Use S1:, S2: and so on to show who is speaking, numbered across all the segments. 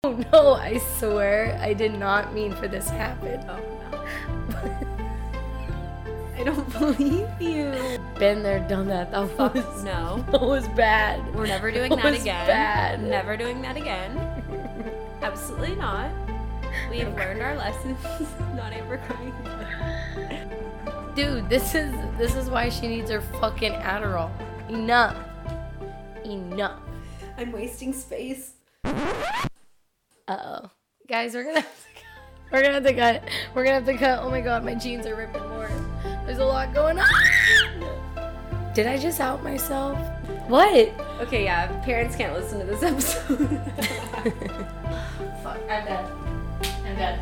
S1: Oh, No, I swear I did not mean for this to happen.
S2: Oh no. I don't believe you.
S1: Been there, done that. That
S2: Fuck
S1: was
S2: no.
S1: that was bad.
S2: We're never doing
S1: That
S2: that
S1: was
S2: again.
S1: bad.
S2: Never doing that again. Absolutely not. We have learned our lessons. not ever crying.
S1: Dude, this is this is why she needs her fucking Adderall. Enough. Enough.
S2: I'm wasting space.
S1: Uh oh. Guys, we're gonna have to cut. We're gonna have to cut. We're gonna have to cut. Oh my god, my jeans are ripping more. There's a lot going on. Did I just out myself? What?
S2: Okay, yeah. Parents can't listen to this episode.
S1: Fuck, I'm done. I'm done.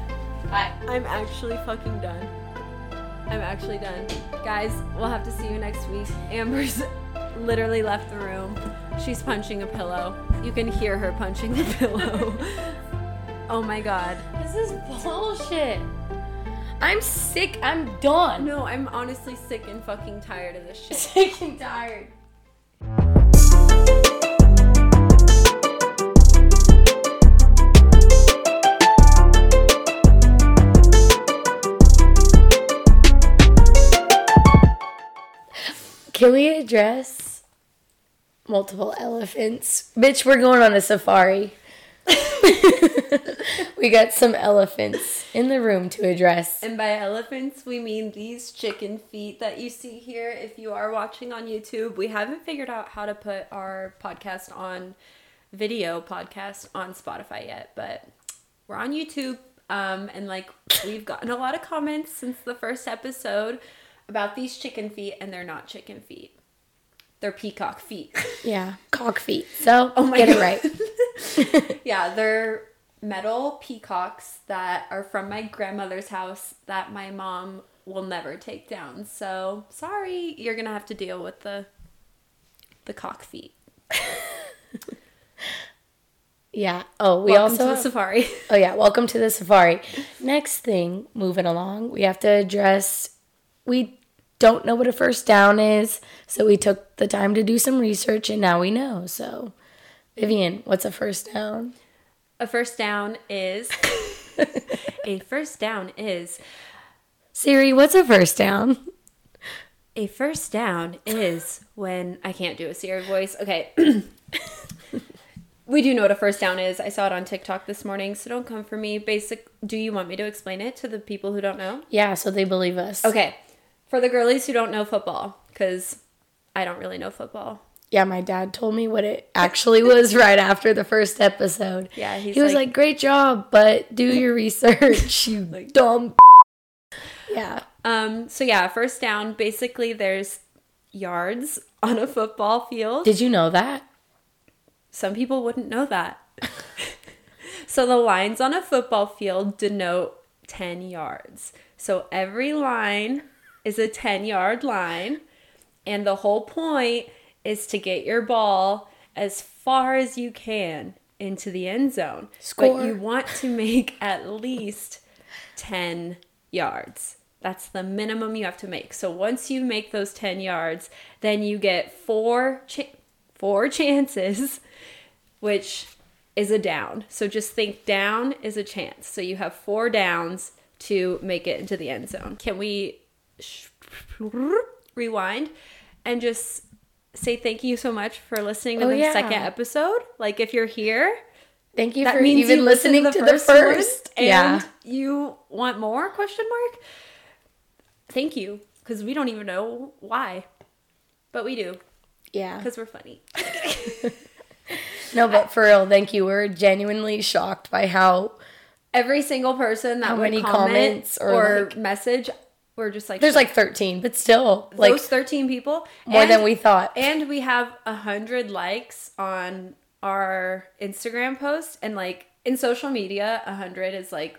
S1: Bye.
S2: I'm actually fucking done. I'm actually done. Guys, we'll have to see you next week. Amber's literally left the room. She's punching a pillow. You can hear her punching the pillow. oh my god.
S1: This is bullshit. I'm sick. I'm done.
S2: No, I'm honestly sick and fucking tired of this shit.
S1: Sick and tired. Can we address multiple elephants? Bitch, we're going on a safari. we got some elephants in the room to address.
S2: And by elephants, we mean these chicken feet that you see here. If you are watching on YouTube, we haven't figured out how to put our podcast on video podcast on Spotify yet, but we're on YouTube. Um, and like we've gotten a lot of comments since the first episode about these chicken feet, and they're not chicken feet, they're peacock feet.
S1: Yeah, cock feet. So,
S2: Oh my
S1: get
S2: God.
S1: it right.
S2: yeah, they're metal peacocks that are from my grandmother's house that my mom will never take down. So sorry, you're gonna have to deal with the the cock feet.
S1: Yeah. Oh, we
S2: Welcome
S1: also
S2: to the safari.
S1: Oh yeah, welcome to the safari. Next thing, moving along, we have to address we don't know what a first down is, so we took the time to do some research and now we know. So, Vivian, what's a first down?
S2: a first down is a first down is
S1: Siri, what's a first down?
S2: a first down is when I can't do a Siri voice. Okay. we do know what a first down is. I saw it on TikTok this morning, so don't come for me. Basic do you want me to explain it to the people who don't know?
S1: Yeah, so they believe us.
S2: Okay. For the girlies who don't know football, because I don't really know football.
S1: Yeah, my dad told me what it actually was right after the first episode.
S2: Yeah, he's
S1: he was
S2: like-
S1: like, "Great job, but do your research, you dumb." yeah.
S2: Um, so yeah, first down, basically there's yards on a football field.
S1: Did you know that?
S2: Some people wouldn't know that. so the lines on a football field denote 10 yards. So every line is a 10 yard line. And the whole point is to get your ball as far as you can into the end zone.
S1: Score.
S2: But you want to make at least 10 yards. That's the minimum you have to make. So once you make those 10 yards, then you get four cha- four chances, which is a down. So just think down is a chance. So you have four downs to make it into the end zone. Can we sh- rewind and just say thank you so much for listening to
S1: Oh,
S2: the
S1: yeah.
S2: second episode? Like if you're here,
S1: Thank you
S2: that
S1: for
S2: means
S1: even
S2: you
S1: listening
S2: listened
S1: to the first.
S2: one and
S1: yeah.
S2: you want more question mark thank you because we don't even know why but we do
S1: Yeah.
S2: because we're funny
S1: No, but for real, thank you. We're genuinely shocked by how
S2: every single person that
S1: How
S2: would
S1: many
S2: comment
S1: comments or,
S2: or,
S1: like-
S2: message we're just like
S1: there's like 13, but still like
S2: those 13 people
S1: more
S2: and-
S1: than we thought.
S2: and we have a hundred likes on our instagram post and like in social media a hundred is like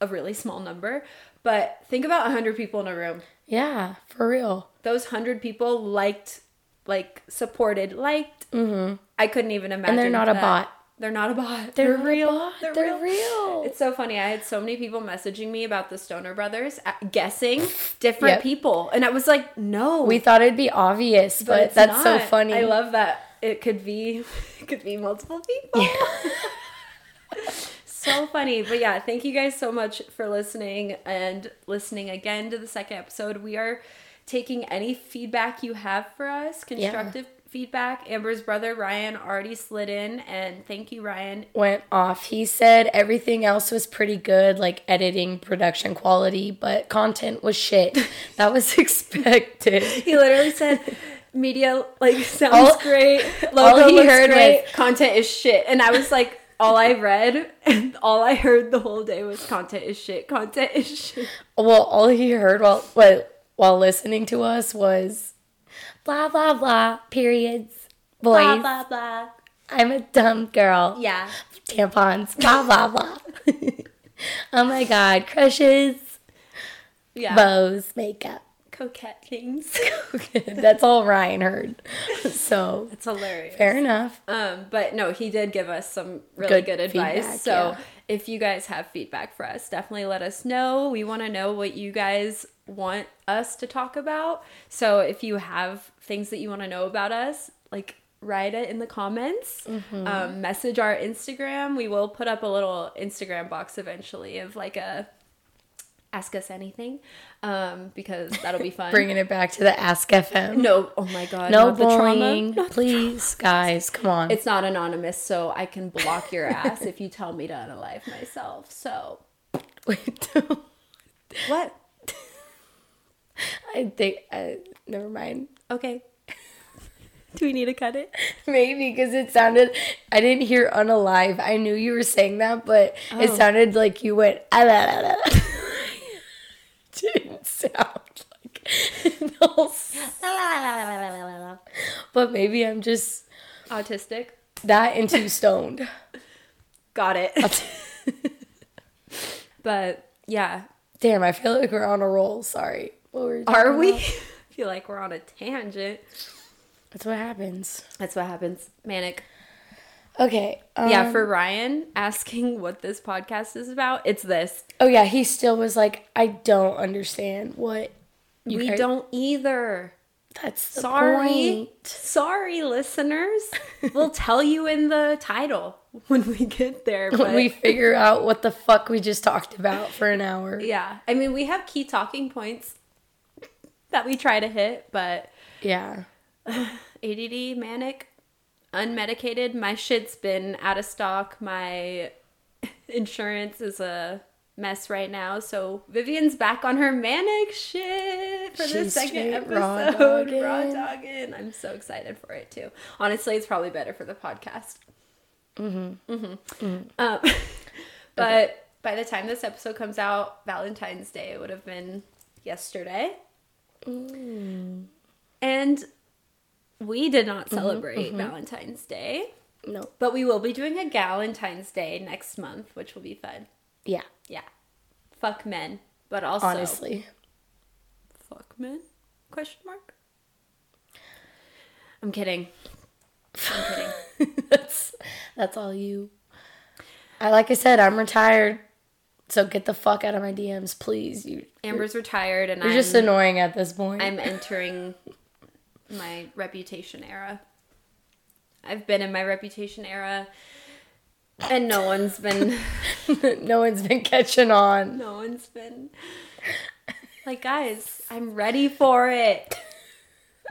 S2: a really small number but think about a hundred people in a room
S1: yeah, for real.
S2: those hundred people liked, like supported, liked. Mm-hmm. I couldn't even imagine.
S1: they're not a
S2: that-
S1: bot.
S2: They're not a bot.
S1: They're not a bot. They're real.
S2: It's so funny. I had so many people messaging me about the Stoner Brothers, uh, guessing different
S1: Yep.
S2: people, and I was like, "No,
S1: We thought it'd be obvious, but,
S2: it's
S1: that's so
S2: not.
S1: funny.
S2: I love that it could be, it could be multiple people. so funny. But yeah, thank you guys so much for listening and listening again to the second episode. We are taking any feedback you have for us, constructive feedback. Amber's brother Ryan already slid in, and thank you, Ryan.
S1: Went off. He said everything else was pretty good, like editing, production quality, but content was shit. that was expected.
S2: He literally said. Media like sounds
S1: All-
S2: great. Logo
S1: all he
S2: looks
S1: heard
S2: great.
S1: was-
S2: content is shit, and I was like, all I read, and all I heard the whole day was content is shit. Content is shit.
S1: Well, all he heard while while, while listening to us was blah blah blah periods. Boys,
S2: Blah blah blah.
S1: I'm a dumb girl.
S2: Yeah.
S1: Tampons, blah blah blah. oh my god, crushes,
S2: Yeah.
S1: bows, makeup.
S2: Coquette things.
S1: That's all Ryan heard. So
S2: It's hilarious.
S1: fair enough.
S2: Um, but no, he did give us some really
S1: Good
S2: good, advice.
S1: feedback,
S2: so
S1: yeah.
S2: if you guys have feedback for us, definitely let us know. We want to know what you guys want us to talk about. So if you have things that you want to know about us, like write it in the comments.
S1: Mm-hmm.
S2: Um, message our Instagram. We will put up a little Instagram box eventually of like a ask us anything um, because that'll be fun.
S1: Bringing it back to the Ask FM.
S2: no, oh my god,
S1: No
S2: not the trauma.
S1: bullying, please, guys. Come on.
S2: It's not anonymous, so I can block your ass if you tell me to unalive myself. So what?
S1: I think. Uh, never mind.
S2: Okay. Do we need to cut it?
S1: Maybe because it sounded. I didn't hear unalive. I knew you were saying that, but it
S2: Oh.
S1: sounded like you went. "Ah, la, la, la, la." didn't sound like. an all s- but maybe I'm just
S2: Autistic.
S1: that and too stoned.
S2: Got it. but yeah,
S1: Damn, I feel like we're on a roll. Sorry. What were talking
S2: are we? I
S1: about?
S2: feel like we're on a tangent.
S1: That's what happens.
S2: That's what happens. Manic.
S1: Okay. Um,
S2: yeah, for Ryan asking what this podcast is about, it's this.
S1: Oh yeah, he still was like, I don't understand what you
S2: we
S1: guys-
S2: don't either.
S1: That's the
S2: Sorry.
S1: point.
S2: Sorry, listeners. we'll tell you in the title when we get there. But
S1: When we figure out what the fuck we just talked about for an hour.
S2: yeah, I mean, we have key talking points that we try to hit, but
S1: Yeah.
S2: ADD, manic, unmedicated, my shit's been out of stock. My insurance is a mess right now. So Vivian's back on her manic shit for the
S1: She's
S2: second
S1: straight
S2: episode.
S1: raw
S2: Raw dogging.
S1: dogging.
S2: I'm so excited for it too. Honestly, it's probably better for the podcast. Mm-hmm. Mm-hmm. Um, but by the time this episode comes out, Valentine's Day would have been yesterday.
S1: Mm.
S2: And we did not
S1: Mm-hmm,
S2: celebrate Valentine's Day,
S1: No.
S2: but we will be doing a Galentine's Day next month, which will be fun.
S1: Yeah.
S2: Yeah. Fuck men, but also
S1: Honestly.
S2: fuck men? Question mark. I'm kidding. I'm kidding.
S1: that's that's all you. I like I said, I'm retired. So get the fuck out of my DMs, please. You
S2: Amber's retired and
S1: you're
S2: I'm
S1: just annoying at this point.
S2: I'm entering my reputation era. I've been in my reputation era and no one's been
S1: no one's been catching on.
S2: no one's been like guys, I'm ready for it.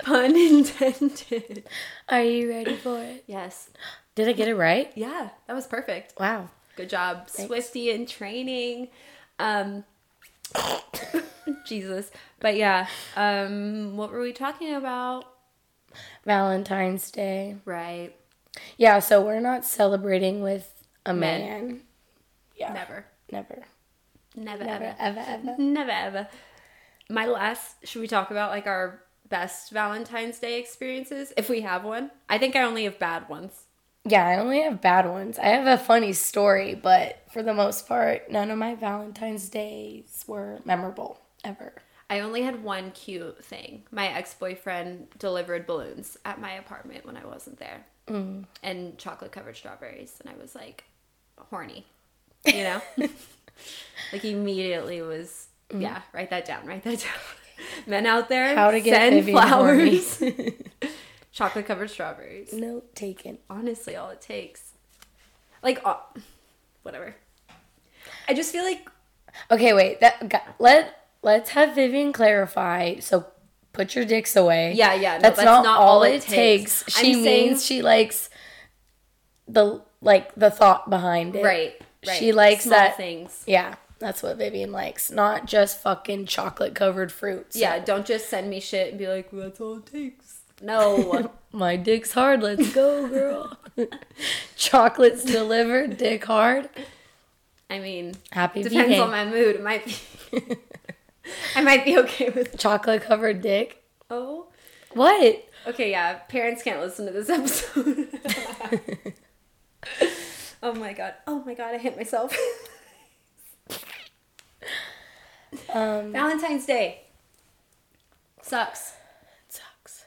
S2: Pun intended.
S1: Are you ready for it?
S2: Yes.
S1: Did I get it right?
S2: Yeah, that was perfect.
S1: Wow.
S2: Good job, Swifty in training. Um, Jesus, but yeah. Um, what were we talking about?
S1: Valentine's Day.
S2: Right,
S1: Yeah, so we're not celebrating with a
S2: Men.
S1: man. Yeah.
S2: never,
S1: Never.
S2: never,
S1: Never,
S2: ever,
S1: ever, ever.
S2: never, ever. My last. Should we talk about like our best Valentine's Day experiences if we have one? I think I only have bad ones.
S1: Yeah, I only have bad ones. I have a funny story, but for the most part, none of my Valentine's days were memorable ever.
S2: I only had one cute thing. My ex boyfriend delivered balloons at my apartment when I wasn't there, mm. and chocolate covered strawberries, and I was like, horny, you know, like immediately was yeah. Write that down. Write that down. Men out there,
S1: Mm. How to get
S2: send
S1: Vivian horny.
S2: flowers, chocolate covered strawberries.
S1: Note taken.
S2: Honestly, all it takes, like, uh, whatever. I just feel like
S1: Okay, wait. That got, let let's have Vivian clarify. So put your dicks away.
S2: Yeah, yeah, no,
S1: that's,
S2: that's
S1: not,
S2: not
S1: all,
S2: all
S1: it
S2: it
S1: takes.
S2: takes.
S1: She
S2: I'm saying-
S1: means she likes the like the thought behind it.
S2: right, right.
S1: She likes
S2: Small
S1: that-
S2: things.
S1: Yeah, that's what Vivian likes. Not just fucking chocolate covered fruits.
S2: Yeah, don't just send me shit and be like, well, that's all it takes. No.
S1: My dick's hard. Let's go, girl. Chocolate's delivered. Dick hard.
S2: I mean,
S1: Happy
S2: depends
S1: vegan.
S2: on my mood. It might be. I might be okay with.
S1: Chocolate covered dick.
S2: Oh.
S1: What?
S2: Okay, yeah. Parents can't listen to this episode. oh my god. Oh my god, I hit myself.
S1: Um,
S2: Valentine's Day. Sucks.
S1: it sucks.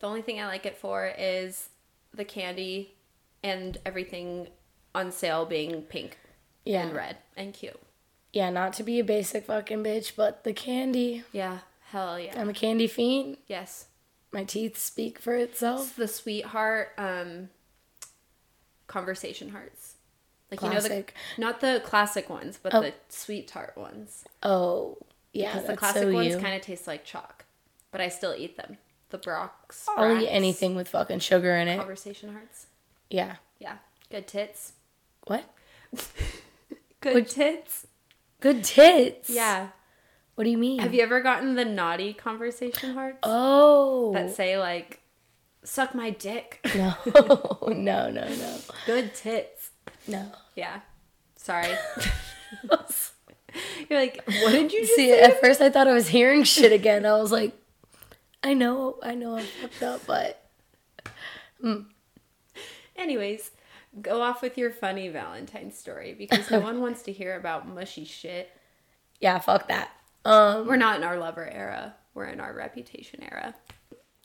S2: The only thing I like it for is the candy and everything on sale being pink
S1: Yeah.
S2: and red and cute.
S1: Yeah, not to be a basic fucking bitch, but the candy.
S2: Yeah. Hell yeah.
S1: I'm a candy fiend.
S2: Yes.
S1: My teeth speak for itself.
S2: The sweetheart um conversation hearts. Like
S1: Classic.
S2: you know the not the classic ones, but
S1: Oh.
S2: the sweet tart ones.
S1: Oh, yeah,
S2: Because
S1: that's
S2: the classic
S1: so
S2: ones
S1: you.
S2: kind of taste like chalk, but I still eat them. The Brock's.
S1: I'll eat
S2: Brats,
S1: anything with fucking sugar in it.
S2: Conversation hearts.
S1: Yeah.
S2: Yeah. Good tits.
S1: What?
S2: Good tits.
S1: Good tits.
S2: Yeah.
S1: What do you mean?
S2: Have you ever gotten the naughty conversation hearts
S1: Oh.
S2: that say like, "Suck my dick."
S1: no. no, no, no.
S2: Good tits.
S1: No.
S2: Yeah. Sorry. You're like, what did you just
S1: See, at first I thought I was hearing shit again. I was like, I know, I know I'm fucked up, but
S2: Anyways, go off with your funny Valentine's story because no one wants to hear about mushy shit.
S1: yeah, fuck that. Um,
S2: We're not in our lover era. We're in our reputation era.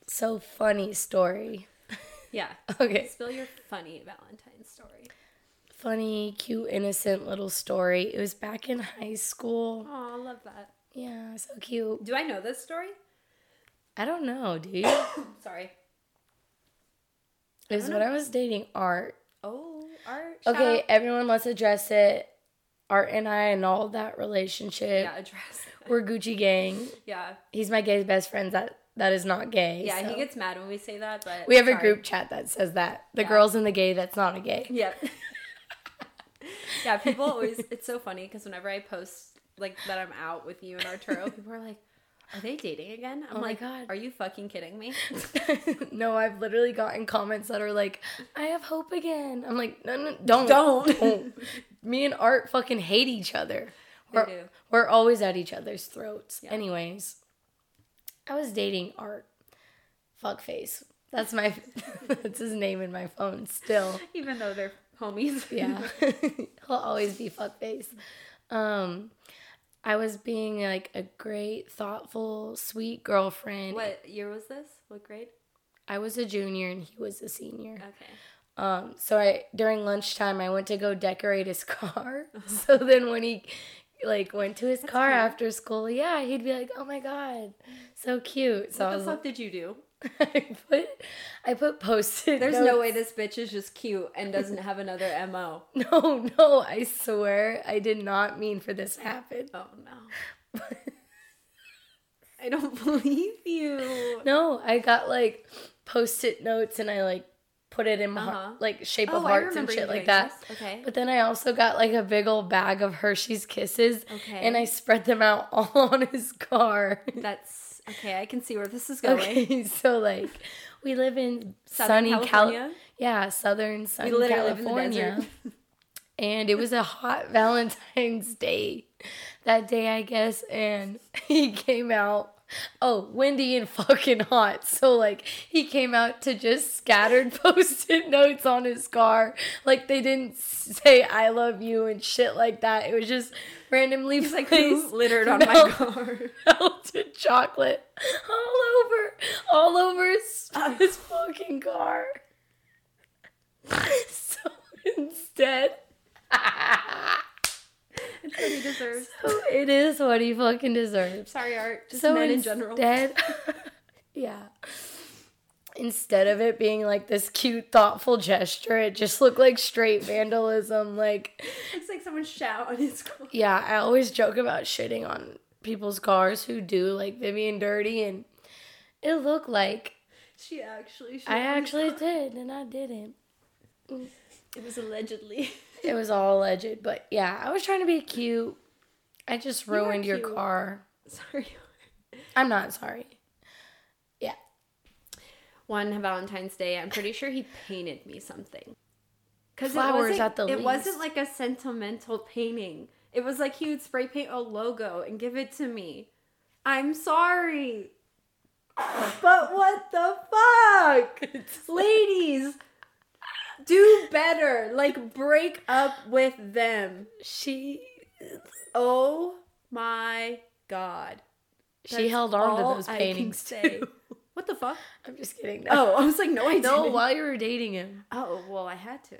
S1: so funny story.
S2: Yeah.
S1: Okay.
S2: Spill your funny Valentine's story.
S1: Funny, cute, innocent little story. It was back in high school.
S2: Oh, I love that.
S1: Yeah, so cute.
S2: Do I know this story?
S1: I don't know, dude.
S2: Sorry.
S1: It was when I was dating Art.
S2: Oh, art. shout
S1: Okay,
S2: out.
S1: everyone, let's address it. Art and I and all that relationship.
S2: Yeah, address.
S1: We're Gucci gang.
S2: Yeah.
S1: He's my gay best friend. That that is not gay.
S2: Yeah,
S1: so.
S2: he gets mad when we say that, but
S1: We have a
S2: sorry.
S1: group chat that says that the girls and the gay. That's not a gay.
S2: Yeah. yeah, people always. It's so funny because whenever I post like that I'm out with you and Arturo, people are like, "Are they dating again?" I'm
S1: Oh my
S2: like,
S1: God.
S2: "Are you fucking kidding me?"
S1: no, I've literally gotten comments that are like, "I have hope again." I'm like, no, no, don't,
S2: Don't.
S1: don't. Me and Art fucking hate each other.
S2: They
S1: We're,
S2: do.
S1: we're always at each other's throats. Anyways, I was dating Art. Fuckface. That's my. that's his name in my phone still.
S2: Even though they're homies.
S1: Yeah. He'll always be fuckface. Um I was being like a great, thoughtful, sweet girlfriend.
S2: What year was this? What grade?
S1: I was a junior and he was a senior.
S2: Okay.
S1: Um so I during lunchtime I went to go decorate his car.
S2: Uh-huh.
S1: so then when he like went to his car after school, yeah, he'd be like, "Oh my god, so cute." So I
S2: What the
S1: was
S2: fuck did you do?
S1: I put I put posted.
S2: There's no way this bitch is just cute and doesn't have another mo.
S1: No, no, I swear I did not mean for this to happen.
S2: Oh no. I don't believe you.
S1: No, I got like post-it notes and I like put it in my
S2: Uh-huh.
S1: like shape of
S2: Oh, I
S1: hearts and
S2: remember you
S1: shit like
S2: doing
S1: that.
S2: this. Okay.
S1: But then I also got like a big old bag of Hershey's kisses
S2: Okay.
S1: and I spread them out all on his car.
S2: That's okay. I can see where this is going.
S1: Okay, so like we live in
S2: Southern
S1: sunny California.
S2: California?
S1: yeah, southern sunny
S2: We literally live in the
S1: California.
S2: desert.
S1: and it was a hot Valentine's Day that day, I guess. And he came out, oh, windy and fucking hot. So, like, he came out to just scattered post it notes on his car. Like, they didn't say, I love you and shit like that. It was just randomly
S2: It's like
S1: placed
S2: poop littered on
S1: No.
S2: my car.
S1: melted chocolate all over, all over his, his fucking car. so instead,
S2: That's what he deserves.
S1: it is what he fucking deserves.
S2: Sorry, Art. Just
S1: so
S2: men in
S1: instead,
S2: general.
S1: yeah. Instead of it being like this cute, thoughtful gesture, it just looked like straight vandalism. Like,
S2: It's like someone would shout on his car.
S1: Yeah, I always joke about shitting on people's cars who do like Vivian dirty, and it looked like
S2: She actually. Shit
S1: I
S2: on his
S1: actually
S2: car.
S1: did, and I didn't.
S2: It was allegedly.
S1: It was all alleged, but yeah, I was trying to be cute. I just
S2: were
S1: ruined your
S2: cute.
S1: car.
S2: Sorry.
S1: I'm not sorry. Yeah.
S2: One Valentine's Day, I'm pretty sure he painted me something. Cause
S1: Flowers
S2: it wasn't,
S1: at the
S2: It wasn't
S1: least.
S2: like a sentimental painting. It was like he would spray paint a logo and give it to me. I'm sorry. but what the fuck? Ladies, do better. Like break up with them.
S1: She
S2: Oh my god.
S1: she held on to those paintings too.
S2: What the fuck?
S1: I'm just kidding.
S2: Oh, I was like, no, I
S1: no,
S2: didn't.
S1: while you were dating him,
S2: Oh well, I had to.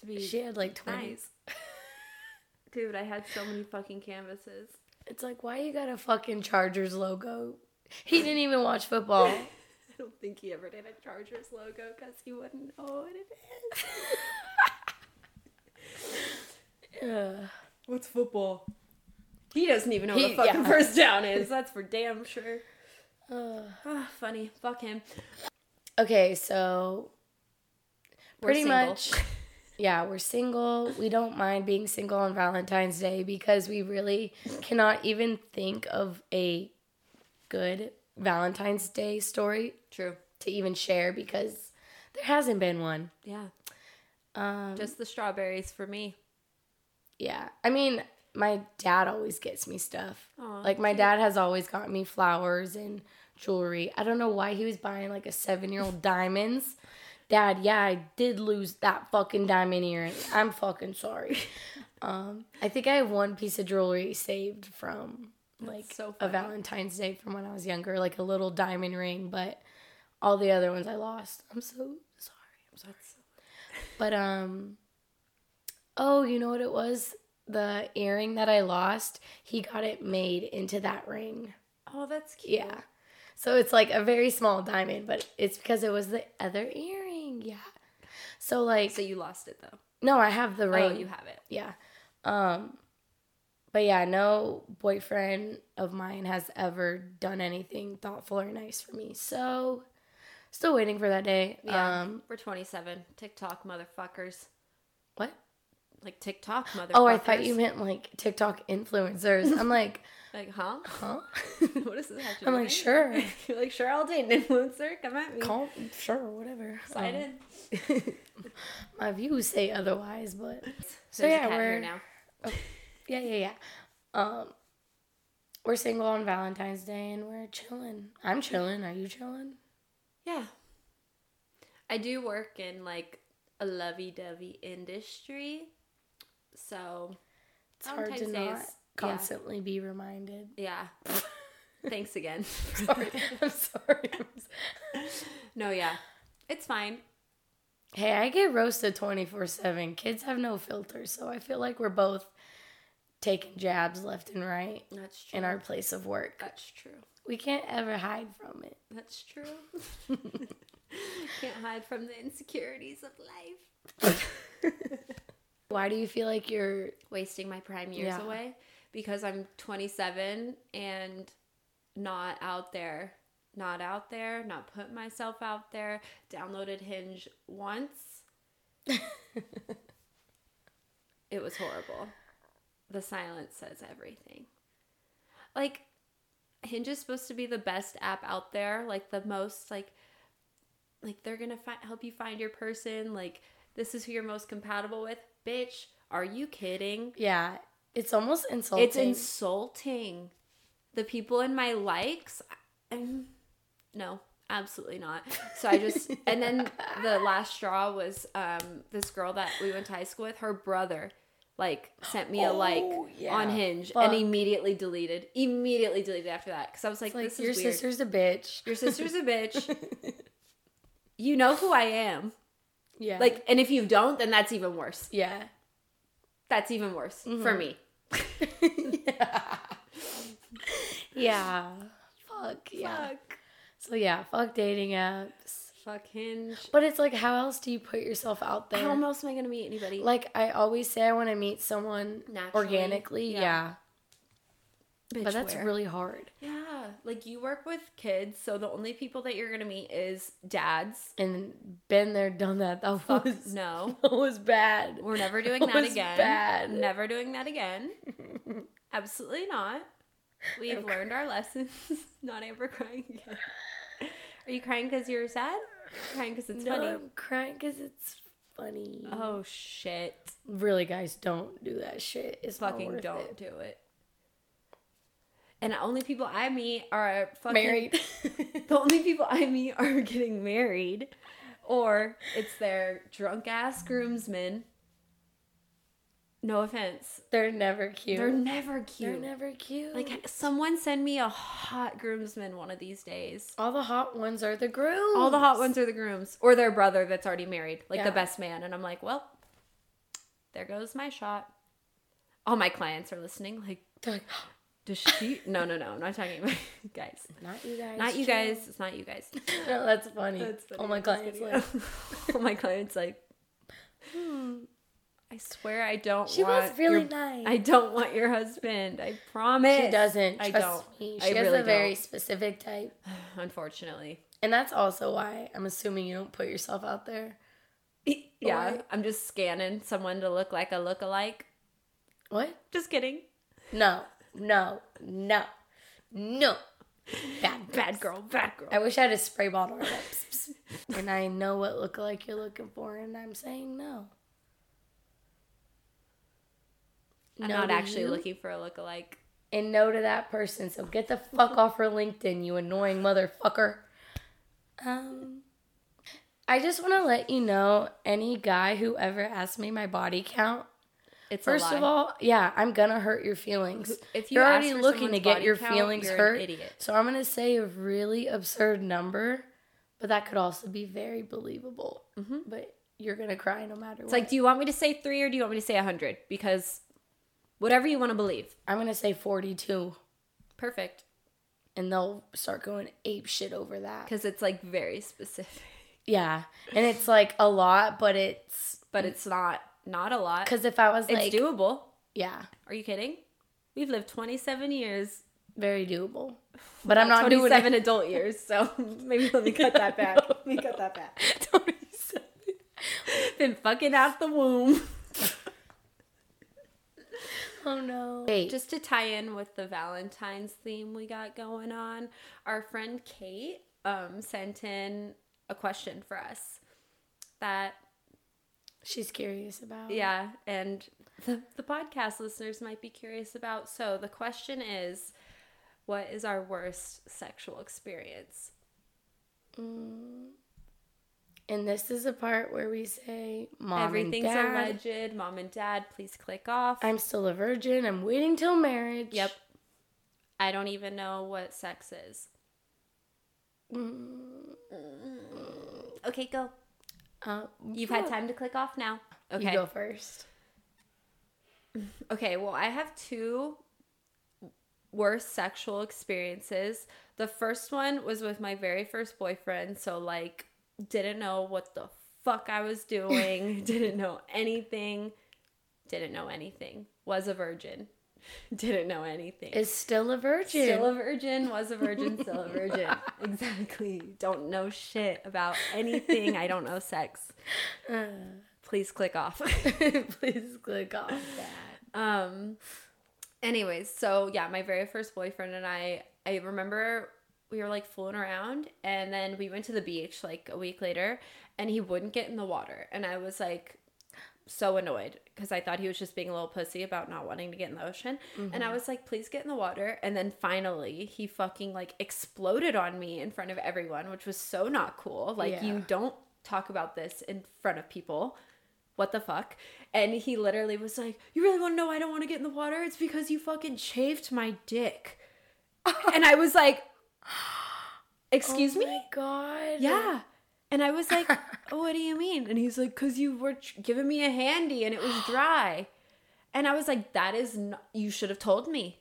S2: To be
S1: she had like 20.
S2: nice, dude. I had so many fucking canvases.
S1: It's like, why you got a fucking Chargers logo? He didn't even watch football.
S2: I don't think he ever did a Chargers logo because he wouldn't know what it is.
S1: Ugh.
S2: What's football? He doesn't even know
S1: He-
S2: what a fucking
S1: yeah.
S2: first down is. That's for damn sure.
S1: Ugh.
S2: Ah, funny. Fuck him.
S1: Okay, so
S2: We're
S1: pretty
S2: single.
S1: much yeah we're single we don't mind being single on valentine's day because we really cannot even think of a good valentine's day story
S2: True.
S1: to even share because there hasn't been one
S2: Yeah.
S1: um
S2: Just the strawberries for me.
S1: yeah i mean my dad always gets me stuff
S2: Aw,
S1: like my dad has always gotten me flowers and jewelry i don't know why he was buying like a seven year old diamonds dad yeah i did lose that fucking diamond earring i'm fucking sorry um i think i have one piece of jewelry saved from like
S2: so
S1: a
S2: funny.
S1: valentine's day from when i was younger like a little diamond ring but all the other ones i lost i'm so sorry i'm sorry but um oh, you know what it was? The earring that I lost, he got it made into that ring.
S2: Oh, that's cute.
S1: Yeah. So it's like a very small diamond, but it's because it was the other earring. Yeah. So like
S2: So you lost it though.
S1: no, I have the ring.
S2: Oh, you have it.
S1: Yeah. Um but yeah, no boyfriend of mine has ever done anything thoughtful or nice for me. So still waiting for that day.
S2: Yeah.
S1: Um
S2: We're 27. TikTok motherfuckers.
S1: what?
S2: Like TikTok motherfuckers.
S1: Oh, I thought you meant like TikTok influencers. I'm like,
S2: Like, huh?
S1: huh?
S2: what does this have to do
S1: I'm
S2: with
S1: like,
S2: me?
S1: sure.
S2: You're like, sure, I'll date an influencer. Come at me.
S1: Call sure, whatever.
S2: Sign
S1: Um,
S2: in.
S1: my views say otherwise, but so
S2: There's a
S1: yeah,
S2: cat
S1: we're
S2: here now.
S1: yeah, yeah, yeah. Um, we're single on Valentine's Day and we're chilling. I'm chilling. Are you chilling?
S2: Yeah. I do work in like a lovey dovey industry. So
S1: It's hard to
S2: Valentine's Day
S1: not
S2: is-
S1: constantly be reminded.
S2: Yeah. Thanks again.
S1: Sorry, I'm sorry.
S2: no, yeah. It's fine.
S1: hey, I get roasted 24 seven. Kids have no filter, so I feel like we're both taking jabs left and right
S2: That's true.
S1: in our place of work.
S2: That's true.
S1: We can't ever hide from it.
S2: That's true. Can't hide from the insecurities of life.
S1: Why do you feel like you're
S2: wasting my prime years
S1: Yeah.
S2: away because I'm 27 and not out there, not out there, not putting myself out there. Downloaded Hinge once. it was horrible. The silence says everything. Like Hinge is supposed to be the best app out there, like the most like like they're gonna fi- help you find your person like this is who you're most compatible with bitch are you kidding
S1: Yeah, it's almost insulting.
S2: it's insulting the people in my likes I- I'm, no absolutely not so i just and then the last straw was um this girl that we went to high school with her brother like sent me a
S1: Oh,
S2: like
S1: yeah.
S2: on hinge
S1: Fuck.
S2: and immediately deleted immediately deleted after that because i was like,
S1: like
S2: this is
S1: your
S2: weird
S1: sister's a bitch.
S2: your sister's a bitch you know who i am
S1: Yeah,
S2: like, and if you don't, then that's even worse.
S1: yeah,
S2: That's even worse for me.
S1: Mm-hmm. yeah. Fuck yeah. So yeah, fuck dating apps.
S2: fuck hinge.
S1: But it's like, how else do you put yourself out there?
S2: How else am I gonna meet anybody?
S1: like I always say, I want to meet someone
S2: Naturally,
S1: organically.
S2: yeah.
S1: Yeah.
S2: Bitch,
S1: But that's
S2: where?
S1: really hard.
S2: yeah. Like you work with kids, so the only people that you're gonna meet is dads.
S1: And been there, done that. That
S2: Fuck
S1: was
S2: no,
S1: that was bad.
S2: we're never doing
S1: That
S2: that
S1: was
S2: again.
S1: bad.
S2: Never doing that again. Absolutely not. We have learned our lessons. not ever crying again. Are you crying because you're sad? You're crying because it's
S1: No,
S2: funny.
S1: I'm crying because it's funny.
S2: Oh shit!
S1: really, guys, don't do that shit. It's not
S2: Fucking
S1: worth
S2: don't
S1: it.
S2: do it. And the only people I meet are fucking
S1: Married.
S2: the only people I meet are getting married, or it's their drunk ass groomsmen. No offense,
S1: They're never cute.
S2: they're never cute.
S1: They're never cute.
S2: like someone send me a hot groomsman one of these days.
S1: all the hot ones are the grooms.
S2: All the hot ones are the grooms or their brother that's already married, like
S1: Yeah.
S2: the best man. And I'm like, well, there goes my shot. All my clients are listening. Like,
S1: They're like,
S2: does she? no, no, no. I'm not talking about guys.
S1: not you guys.
S2: Not you
S1: chill."
S2: guys. It's not you guys.
S1: No, that's funny.
S2: That's funny.
S1: Oh my god, it's like
S2: oh my god, it's like. "Hmm, I swear I don't.
S1: She was
S2: want
S1: really
S2: your-
S1: nice.
S2: I don't want your husband. I promise.
S1: she doesn't.
S2: I
S1: Trust
S2: don't.
S1: me.
S2: I
S1: She has
S2: really
S1: a very
S2: don't.
S1: specific type,
S2: Unfortunately.
S1: and that's also why I'm assuming you don't put yourself out there. E-,
S2: Yeah,
S1: Alright.
S2: I'm just scanning someone to look like a look-alike.
S1: What?
S2: Just kidding.
S1: No, no, no, no. Bad.
S2: Bad girl. Bad girl.
S1: I wish I had a spray bottle. Or like, pss, pss. and I know what look like you're looking for, and I'm saying no.
S2: I'm
S1: No
S2: not
S1: to
S2: actually
S1: you
S2: looking for a look-alike.
S1: And no to that person. So get the fuck off her LinkedIn, you annoying motherfucker. Um, I just want to let you know any guy who ever asked me my body count.
S2: It's a
S1: First
S2: lie.
S1: of all, yeah, I'm gonna hurt your feelings.
S2: If
S1: If
S2: you
S1: you're
S2: ask
S1: already
S2: for
S1: looking to
S2: someone's
S1: get
S2: body
S1: your
S2: count,
S1: feelings
S2: you're an
S1: hurt,
S2: idiot.
S1: so I'm gonna say a really absurd number, but that could also be very believable. But you're gonna cry no matter
S2: Mm-hmm. it's
S1: what.
S2: like, do you want me to say three or do you want me to say a hundred? Because whatever you want to believe.
S1: I'm gonna say 42,
S2: Perfect.
S1: and they'll start going ape shit over that.
S2: Because it's like very specific.
S1: Yeah, and it's like a lot, but it's
S2: but it's not not a lot.
S1: because if I was
S2: it's
S1: like,
S2: doable.
S1: yeah,
S2: Are you kidding? We've lived 27 years,
S1: very doable. But I'm not doing
S2: 27
S1: it.
S2: adult years, so maybe let me cut that back. Let me cut that back.
S1: 27.
S2: Been fucking out the womb.
S1: Oh no. Wait, just
S2: Just to tie in with the Valentine's theme we got going on, our friend Kate um, sent in a question for us that
S1: she's curious about.
S2: Yeah, and the, the podcast listeners might be curious about. So the question is, what is our worst sexual experience?
S1: And this is the part where we say, Mom
S2: Everything's
S1: and Dad,
S2: alleged. Mom and Dad, please click off.
S1: I'm still a virgin. I'm waiting till marriage.
S2: yep. I don't even know what sex is.
S1: Mm.
S2: Okay, go.
S1: Uh,
S2: You've had time to click off now. Okay.
S1: You go first.
S2: Okay, well, I have two worst sexual experiences. The first one was with my very first boyfriend, so like didn't know what the fuck I was doing, didn't know anything, didn't know anything. Was a virgin. Didn't know anything.
S1: Is still a virgin.
S2: Still a virgin, was a virgin, still a virgin. exactly. Don't know shit about anything. I don't know sex. Please click off.
S1: Please click off that.
S2: Um. Anyways, so yeah, my very first boyfriend and I, I remember we were like fooling around, and then we went to the beach like a week later, and he wouldn't get in the water, and I was like so annoyed because I thought he was just being a little pussy about not wanting to get in the ocean, and I was like, please get in the water, and then finally he fucking like exploded on me in front of everyone, which was so not cool. Like
S1: Yeah.
S2: you don't talk about this in front of people what the fuck? And he literally was like, You really wanna know why I don't wanna get in the water? It's because you fucking chafed my dick. and I was like, Excuse
S1: Oh
S2: me?
S1: my God.
S2: Yeah. And I was like, "Oh, What do you mean? And he's like, Because you were ch- giving me a handy and it was dry. And I was like, That is not, you should have told me.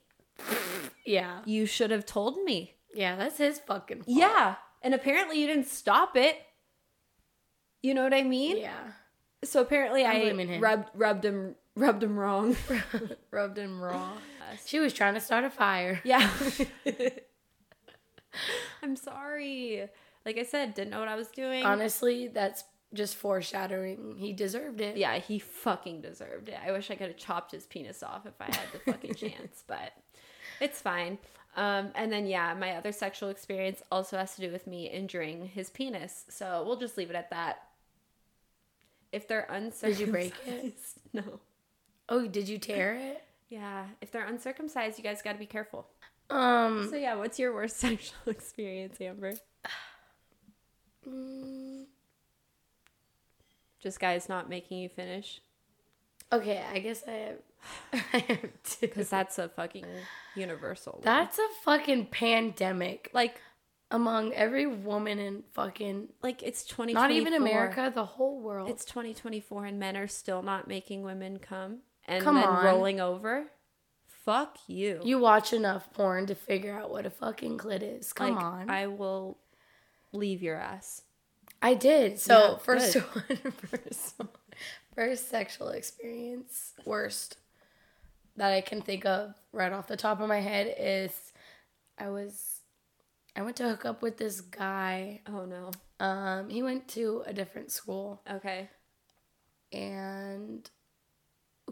S1: Yeah.
S2: You should have told me.
S1: Yeah, that's his fucking fault.
S2: Yeah. And apparently you didn't stop it. You know what I mean?
S1: Yeah.
S2: So apparently
S1: I'm
S2: i
S1: blaming him.
S2: rubbed rubbed him rubbed him wrong.
S1: Rubbed him raw. She was trying to start a fire.
S2: yeah. I'm sorry. Like I said, didn't know what I was doing.
S1: Honestly, that's just foreshadowing. He deserved it.
S2: yeah, he fucking deserved it. I wish I could have chopped his penis off if I had the fucking chance, but it's fine. Um, and then yeah, my other sexual experience also has to do with me injuring his penis. So we'll just leave it at that. If they're uncircumcised,
S1: you break it?
S2: No.
S1: Oh, did you tear it?
S2: Yeah, if they're uncircumcised, you guys got to be careful.
S1: Um,
S2: So yeah, what's your worst sexual experience, Amber?
S1: Mm.
S2: Just guys not making you finish
S1: okay, I guess I have, I have two.
S2: because that's a fucking universal. one.
S1: That's a fucking pandemic
S2: like
S1: among every woman in fucking,
S2: like it's 2024.
S1: not even America, the whole world.
S2: It's 2024 and men are still not making women come and
S1: Come
S2: then
S1: on.
S2: rolling over. Fuck you.
S1: you watch enough porn to figure out what a fucking clit is. Come
S2: Like,
S1: on. I,
S2: I will leave your ass.
S1: did. So,
S2: Yeah,
S1: first
S2: good.
S1: one, first one, first sexual experience, worst that I can think of right off the top of my head is I was, I went to hook up with this guy.
S2: Oh no.
S1: Um, he went to a different school
S2: Okay.
S1: and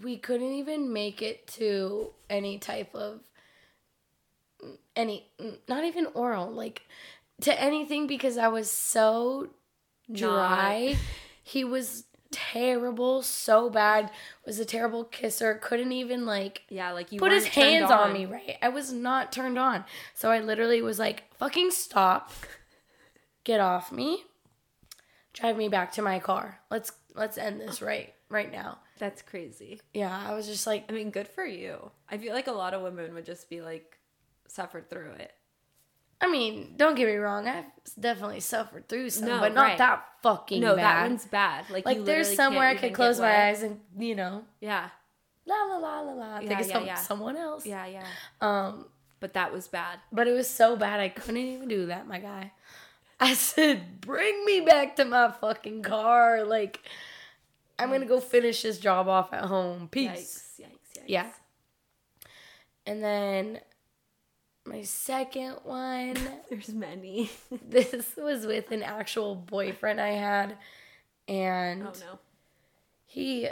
S1: we couldn't even make it to any type of any not even oral like to anything because I was so dry. He was terrible, so bad. Was a terrible kisser. Couldn't even like
S2: Yeah, like you
S1: put his
S2: weren't turned
S1: hands on. me, right? I was not turned on. So I literally was like, fucking stop. Get off me. Drive me back to my car. Let's let's end this right right now.
S2: That's crazy.
S1: Yeah, I was just like
S2: I mean, good for you. I feel like a lot of women would just be like suffered through it.
S1: I mean, don't get me wrong, I've definitely suffered through some,
S2: No,
S1: but not
S2: right.
S1: that fucking
S2: No,
S1: bad.
S2: that one's bad. Like,
S1: like
S2: you
S1: there's
S2: literally
S1: somewhere I
S2: can't
S1: could
S2: even
S1: close
S2: get
S1: my
S2: wet.
S1: eyes and you know,
S2: Yeah,
S1: la la la la la. think
S2: Yeah,
S1: of
S2: yeah,
S1: some,
S2: yeah.
S1: someone else.
S2: yeah, yeah.
S1: Um
S2: But that was bad.
S1: But it was so bad I couldn't even do that, my guy. I said, "Bring me back to my fucking car." Like, I'm gonna go finish this job off at home. Peace.
S2: Yikes, yikes, yikes.
S1: Yeah. And then my second one.
S2: There's many.
S1: this was with an actual boyfriend I had, and
S2: oh no.
S1: he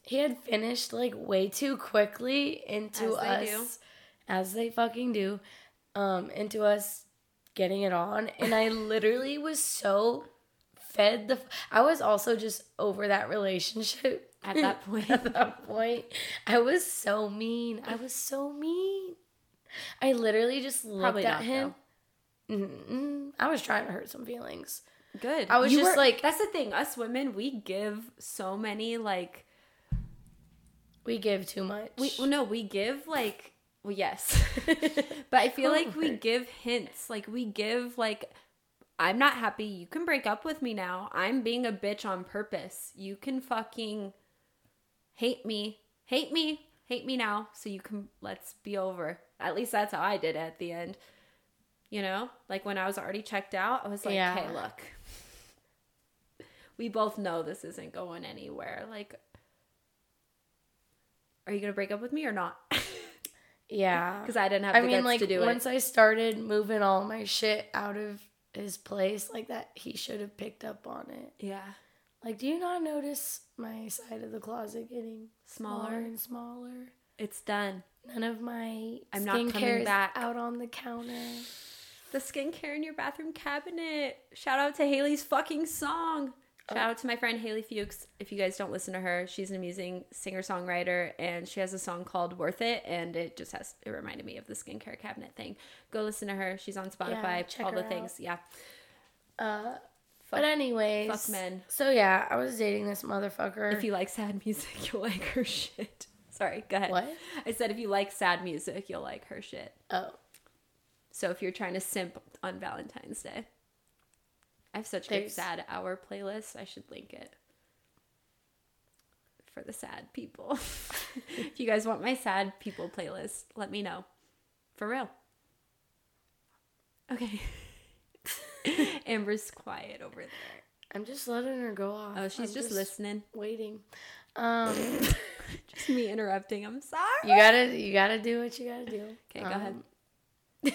S1: he had finished like way too quickly into
S2: As they
S1: us as they fucking do um into us getting it on and i literally was so fed the f- i was also just over that relationship
S2: At that point.
S1: at that point i was so mean i was so mean i literally just looked
S2: Probably
S1: at
S2: not,
S1: him Mm-mm. i was trying to hurt some feelings
S2: Good.
S1: I was just like-
S2: that's the thing. Us women, we give so many like
S1: we give too much
S2: we well, no, we give like well, yes, but I feel like we
S1: Homework.
S2: give hints. Like we give like I'm not happy. You can break up with me now. I'm being a bitch on purpose. You can fucking hate me, hate me, hate me now. So you can let's be over. At least that's how I did it at the end. You know, like when I was already checked out, I was like,
S1: Yeah.
S2: "Hey, look, we both know this isn't going anywhere. Like, are you gonna break up with me or not?
S1: yeah
S2: Because I didn't have the
S1: I mean,
S2: guts
S1: like
S2: to do
S1: once
S2: it.
S1: I started moving all my shit out of his place, like that, he should have picked up on it.
S2: Yeah,
S1: Like, do you not notice my side of the closet getting smaller,
S2: Smaller.
S1: and smaller?
S2: it's done.
S1: None of my
S2: I'm not coming
S1: skincare is
S2: back.
S1: out on the counter.
S2: The skincare in your bathroom cabinet. Shout out to Haley's fucking song.
S1: Oh.
S2: Shout out to my friend Haley Fuchs. If you guys don't listen to her, she's an amazing singer songwriter, and she has a song called "Worth It," and it just has it reminded me of the skincare cabinet thing. Go listen to her. She's on Spotify.
S1: check
S2: all
S1: her
S2: the
S1: out.
S2: things. Yeah.
S1: but anyways,
S2: fuck men.
S1: So yeah, I was dating this motherfucker.
S2: If you like sad music, you'll like her shit. Sorry, go ahead.
S1: What?
S2: I said if you like sad music, you'll like her shit.
S1: oh,
S2: So if you're trying to simp on Valentine's Day, I have such good
S1: There's-
S2: sad hour playlists. I should link it for the sad people. if you guys want my sad people playlist, let me know. For real. Okay. Amber's quiet over there.
S1: I'm just letting her go off.
S2: Oh, she's
S1: I'm
S2: just, listening.
S1: Waiting. Um,
S2: Just me interrupting. I'm sorry.
S1: you gotta you gotta do what you gotta do.
S2: okay, go ahead.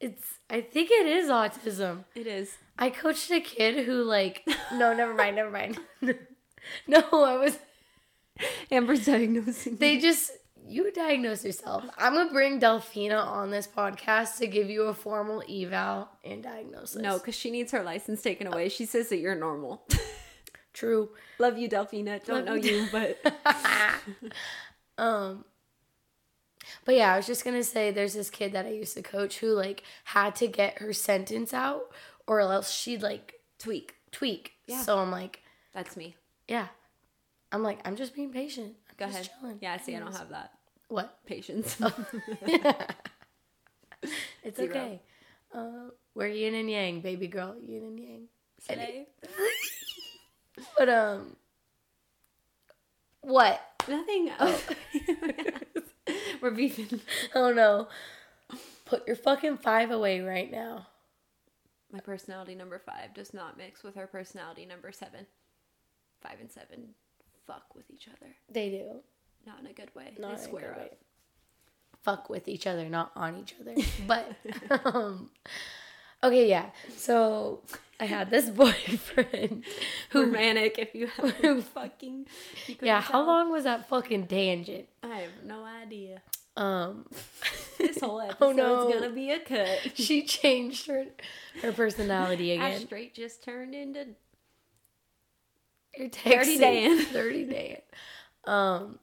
S1: It's I think it is autism.
S2: It is.
S1: I coached a kid who like no, never mind, never mind. no, I was
S2: Amber's diagnosing.
S1: they just you diagnose yourself. I'm gonna bring Delphina on this podcast to give you a formal eval and diagnosis.
S2: no, because she needs her license taken away. She says that you're normal.
S1: true.
S2: Love you, Delphina. Don't know
S1: Love
S2: you, but
S1: But yeah, I was just gonna say there's this kid that I used to coach who like had to get her sentence out or else she'd like
S2: tweak.
S1: tweak.
S2: Yeah.
S1: So I'm like,
S2: That's me.
S1: yeah. I'm like, I'm just being patient. I'm
S2: Go
S1: just
S2: ahead.
S1: chilling. Oh.
S2: Yeah, see, I don't have that
S1: what?
S2: patience.
S1: It's
S2: Zero.
S1: okay. Uh, we're yin and yang, baby girl. Yin and yang.
S2: Today.
S1: But um, what?
S2: Nothing. Oh. We're beefing.
S1: Oh no! Put your fucking five away right now.
S2: My personality number five does not mix with her personality number seven. Five and seven fuck with each other.
S1: They do.
S2: Not in a good way.
S1: Not in
S2: they
S1: a
S2: square
S1: good
S2: up.
S1: way. Fuck with each other, not on each other. But um, okay, yeah. So I had this boyfriend who.
S2: Romantic, if you have fucking. you couldn't
S1: Yeah, how
S2: tell.
S1: long was that fucking tangent?
S2: I have no idea.
S1: Um,
S2: This whole episode's
S1: Oh, no.
S2: gonna be a cut.
S1: she changed her her personality
S2: I
S1: again.
S2: straight just turned into
S1: You're
S2: Dirty
S1: texting.
S2: Dan.
S1: Dirty Dan. Um.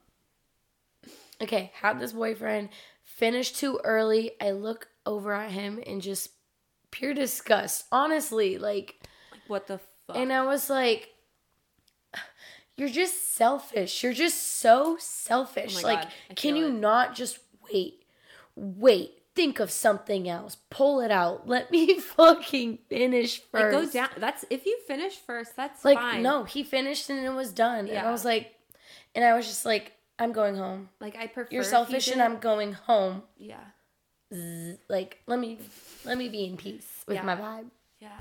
S1: Okay, had this boyfriend finish too early. I look over at him and just pure disgust. Honestly, like,
S2: what the fuck.
S1: and I was like, "You're just selfish. You're just so selfish.
S2: Oh my
S1: like,
S2: God, I
S1: can
S2: feel
S1: you
S2: it.
S1: not just wait? Wait." Think of something else. Pull it out. Let me fucking finish
S2: Like,
S1: first.
S2: go down. That's if you finish first. That's
S1: Like
S2: fine.
S1: no, he finished and it was done. And I
S2: Yeah.
S1: was like, and I was just like, I'm going home.
S2: like I prefer.
S1: You're
S2: if you
S1: selfish and
S2: didn't-
S1: I'm going home.
S2: Yeah,
S1: Like let me, let me be in peace with
S2: Yeah.
S1: my vibe.
S2: yeah.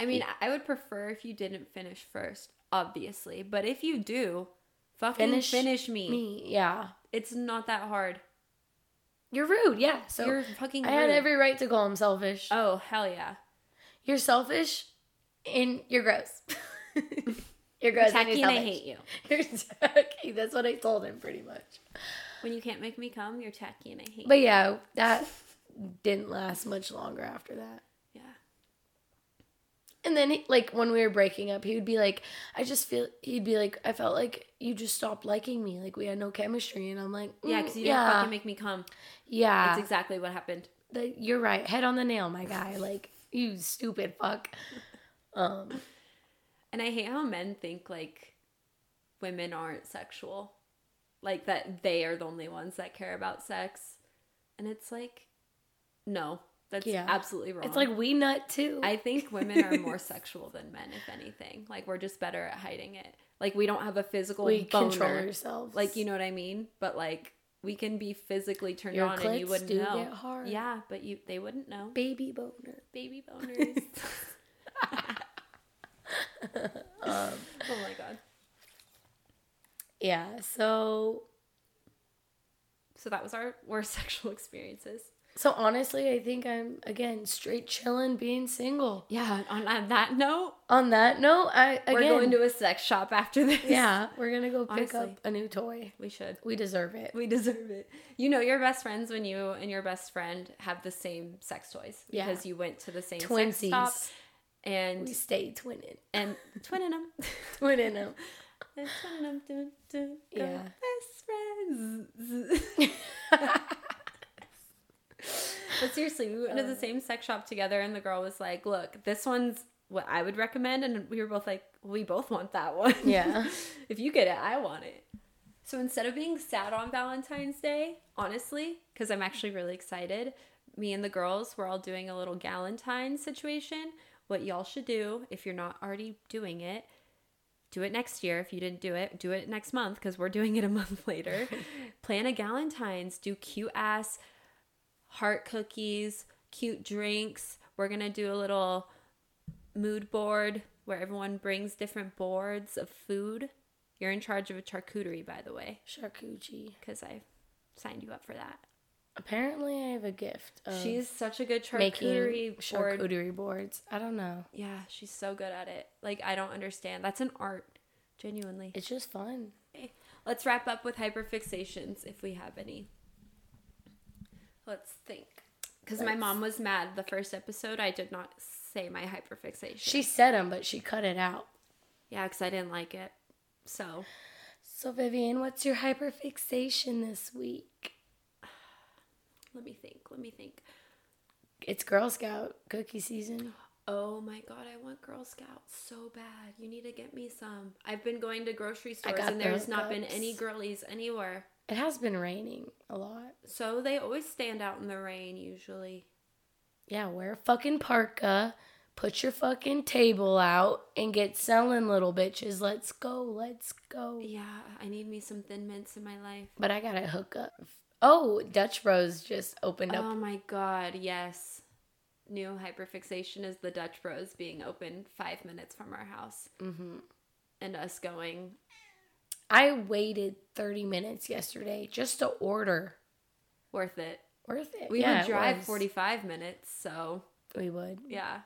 S2: I mean, I- I would prefer if you didn't finish first, obviously. But if you do, fucking finish,
S1: Finish
S2: me.
S1: Me, yeah.
S2: It's not that hard.
S1: You're rude, yeah. So
S2: You're fucking
S1: I had
S2: rude.
S1: every right to call him selfish.
S2: Oh hell yeah.
S1: you're selfish, and you're gross. you're gross. and
S2: Tacky
S1: you're
S2: and
S1: selfish.
S2: I hate you.
S1: You're tacky. That's what I told him pretty much.
S2: When you can't make me come, you're tacky and I hate. you.
S1: But yeah, that didn't last much longer after that.
S2: Yeah.
S1: And then, he- like, when we were breaking up, he would be like, I just feel, he'd be like, I felt like you just stopped liking me. Like, we had no chemistry. And I'm like,
S2: Yeah,
S1: mm,
S2: because you
S1: yeah,
S2: didn't fucking make me come.
S1: yeah.
S2: That's exactly what happened.
S1: That- you're right. Head on the nail, my guy. Like, you stupid fuck. Um,
S2: And I hate how men think like women aren't sexual. Like that they are the only ones that care about sex. And it's like no, that's
S1: Yeah.
S2: absolutely wrong.
S1: It's like, we nut too.
S2: I think women are more sexual than men if anything. Like we're just better at hiding it. Like we don't have a physical
S1: we
S2: boner.
S1: control ourselves.
S2: Like you know what I mean? But like we can be physically turned
S1: Your
S2: on and you
S1: clits
S2: wouldn't
S1: do
S2: know.
S1: get hard.
S2: Yeah, but you they wouldn't know.
S1: baby boner.
S2: Baby boners. oh my god.
S1: Yeah. So,
S2: So that was our worst sexual experiences.
S1: so honestly, I think I'm, again, straight chilling, being single.
S2: Yeah. On, on that note,
S1: On that note, I, again,
S2: we're going to a sex shop after this.
S1: yeah, we're going to go pick
S2: Honestly.
S1: up a new toy.
S2: We should.
S1: We deserve it.
S2: We deserve it. You know your best friends when you and your best friend have the same sex toys
S1: Yeah.
S2: because you went to the same sex
S1: Twinsies.
S2: shop
S1: We
S2: and
S1: stay twinning.
S2: and twinning them.
S1: Twinning them.
S2: twinning them. Dun, dun,
S1: Yeah.
S2: Best friends. But seriously, we went to the same sex shop together, and the girl was like, "Look, this one's what I would recommend," and we were both like, "We both want that one."
S1: Yeah.
S2: if you get it, I want it. So instead of being sad on Valentine's Day, honestly, because I'm actually really excited, me and the girls were all doing a little Galentine situation. What y'all should do, if you're not already doing it, do it next year. If you didn't do it, do it next month because we're doing it a month later. Plan a Galentine's, do cute ass heart cookies, cute drinks. We're going to do a little mood board where everyone brings different boards of food. You're in charge of a charcuterie, by the way,
S1: Charcuterie.
S2: because I signed you up for that.
S1: Apparently, I have a gift of
S2: She is such a good
S1: Oh. making
S2: charcuterie board.
S1: charcuterie boards. I don't know.
S2: Yeah, she's so good at it. Like, I don't understand. That's an art, genuinely.
S1: It's just fun.
S2: Okay, let's wrap up with hyperfixations if we have any. Let's think. Because my
S1: Let's-
S2: mom was mad the first episode. I did not say my hyperfixation.
S1: She said them, but she cut it out.
S2: yeah, because I didn't like it. So
S1: So, Vivian, what's your hyperfixation this week?
S2: let me think. Let me think.
S1: It's Girl Scout cookie season.
S2: Oh my god, I want Girl Scouts so bad. You need to get me some. I've been going to grocery stores
S1: got
S2: and there's
S1: the
S2: not been
S1: hookups.
S2: any girlies anywhere.
S1: It has been raining a lot.
S2: So they always stand out in the rain usually.
S1: Yeah, wear a fucking parka, put your fucking table out, and get selling, little bitches. Let's go, let's go.
S2: Yeah, I need me some thin mints in my life.
S1: But I gotta hook up. Oh, Dutch Bros just opened up.
S2: Oh my god, yes. New hyperfixation is the Dutch Bros being open five minutes from our house. Mm-hmm. And us going,
S1: I waited 30 minutes yesterday just to order.
S2: worth it.
S1: Worth it.
S2: We
S1: Yeah,
S2: would
S1: it
S2: drive
S1: was.
S2: 45 minutes, so
S1: We would.
S2: yeah.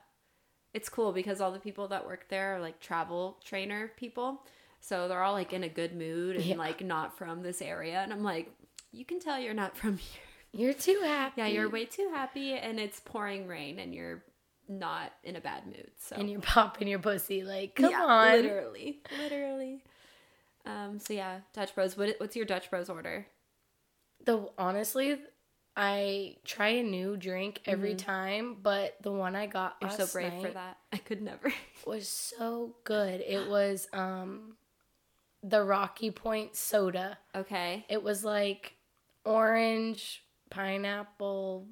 S2: It's cool because all the people that work there are like travel trainer people. So they're all like in a good mood and
S1: Yeah.
S2: like not from this area. And I'm like, you can tell you're not from here.
S1: You're too happy.
S2: Yeah, you're way too happy and it's pouring rain and you're not in a bad mood. So
S1: And you're popping your pussy. Like, come
S2: Yeah,
S1: on.
S2: Literally. Literally. Um, so yeah, Dutch Bros. What, what's your Dutch Bros order?
S1: The honestly, I try a new drink every time, but the one I got
S2: Mm-hmm. You're so
S1: last
S2: brave for
S1: night
S2: that. I could never.
S1: was so good. It was um the Rocky Point soda.
S2: okay.
S1: It was like orange, pineapple,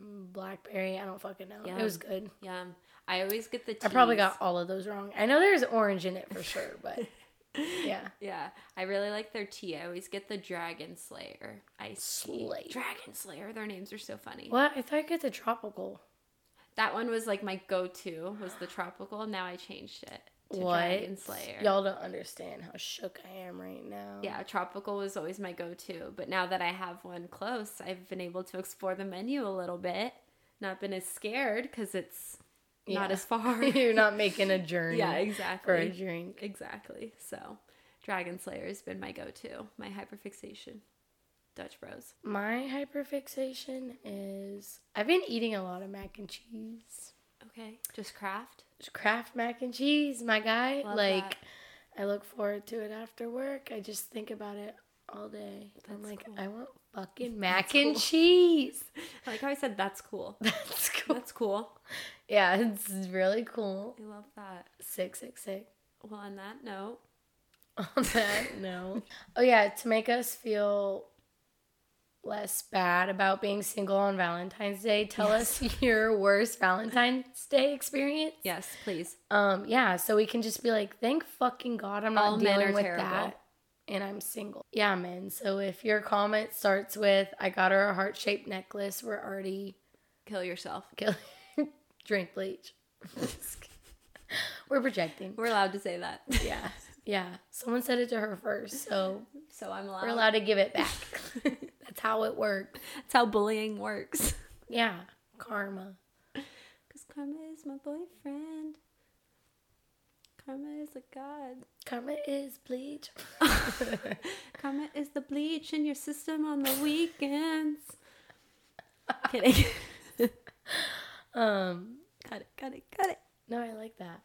S1: mm, blackberry. I don't fucking know.
S2: Yeah.
S1: It was good.
S2: Yum. I always get the.
S1: I probably
S2: teas.
S1: got all of those wrong. I know there's orange in it for sure, but yeah.
S2: Yeah, I really like their tea. I always get the Dragon Slayer ice
S1: Slay.
S2: tea. Dragon Slayer. Their names are so funny.
S1: What? I thought I get the tropical.
S2: That one was like my go-to. Was the tropical. Now I changed it to
S1: what?
S2: Dragon Slayer.
S1: Y'all don't understand how shook I am right now.
S2: Yeah, tropical was always my go to. But now that I have one close, I've been able to explore the menu a little bit. Not been as scared because it's not
S1: Yeah.
S2: as far.
S1: You're not making a journey.
S2: yeah,
S1: For a
S2: exactly.
S1: drink.
S2: Exactly. So, Dragon Slayer has been my go to, my hyperfixation. Dutch Bros.
S1: My hyperfixation is I've been eating a lot of mac and cheese.
S2: Okay. Just craft.
S1: Kraft mac and cheese, my guy.
S2: Love
S1: like
S2: that.
S1: I look forward to it after work. I just think about it all day. I'm
S2: That's
S1: like,
S2: cool.
S1: I want fucking mac and cheese.
S2: I like how I said that's cool.
S1: That's cool.
S2: That's cool.
S1: Yeah, it's really cool.
S2: I love that.
S1: Six six six.
S2: Well, on that note,
S1: on that no. Oh yeah, to make us feel less bad about being single on Valentine's Day, tell us your worst Valentine's Day experience.
S2: yes, please.
S1: Um yeah, so we can just be like, thank fucking God I'm not
S2: All men
S1: dealing
S2: are
S1: with
S2: terrible.
S1: that. And I'm single. Yeah, men. So if your comment starts with I got her a heart shaped necklace, we're already
S2: Kill yourself.
S1: killing drink bleach. we're projecting.
S2: We're allowed to say that.
S1: Yeah. Yeah. Someone said it to her first, so
S2: So I'm allowed.
S1: we're allowed to give it back. That's how it worked.
S2: That's how bullying works.
S1: Yeah, karma.
S2: Because karma is my boyfriend. Karma is a god.
S1: Karma is bleach.
S2: Karma is the bleach in your system on the weekends. Kidding.
S1: Um,
S2: cut it, cut it, cut it.
S1: no, I like that.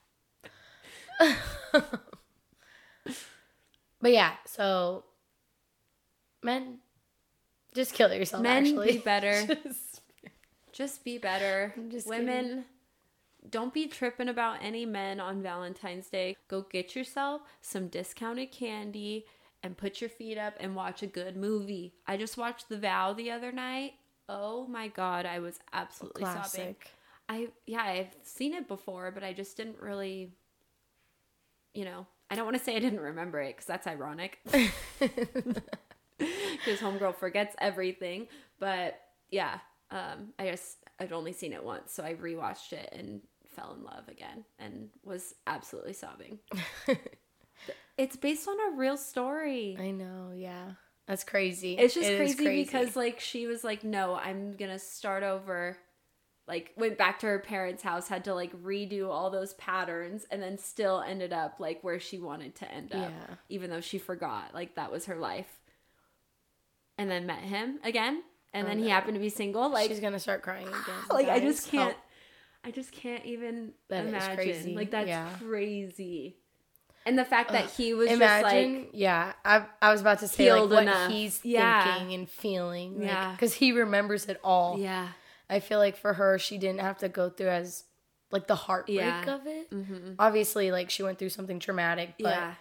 S1: but yeah, so men, just kill yourself.
S2: Men
S1: actually.
S2: be better.
S1: Just-
S2: Just be better.
S1: I'm just
S2: Women, don't be tripping about any men on Valentine's Day. Go get yourself some discounted candy and put your feet up and watch a good movie. I just watched The Vow the other night. Oh my god, I was absolutely sobbing.
S1: Classic.
S2: I yeah, I've seen it before, but I just didn't really you know, I don't want to say I didn't remember it cuz that's ironic. cuz homegirl forgets everything, but yeah, um I just I'd only seen it once, so I rewatched it and fell in love again and was absolutely sobbing. it's based on a real story.
S1: I know, yeah. That's crazy.
S2: It's just
S1: It is
S2: crazy, because like she was like, "No, I'm going to start over." Like went back to her parents' house, had to like redo all those patterns and then still ended up like where she wanted to end up,
S1: Yeah.
S2: even though she forgot like that was her life. And then met him again, and
S1: Oh,
S2: then he
S1: no.
S2: happened to be single. Like
S1: she's gonna start crying again.
S2: like I
S1: guys. Oh,
S2: just can't I just can't even
S1: That is
S2: imagine.
S1: crazy.
S2: Like that's
S1: Yeah.
S2: crazy. And the fact that he was
S1: imagine
S2: just like
S1: yeah I, I was about to say like
S2: healed
S1: what
S2: enough.
S1: he's
S2: Yeah.
S1: thinking and feeling like,
S2: Yeah.
S1: because he remembers it all
S2: yeah,
S1: i feel like for her she didn't have to go through as like the heartbreak
S2: Yeah.
S1: of it obviously like she went through something traumatic but
S2: yeah,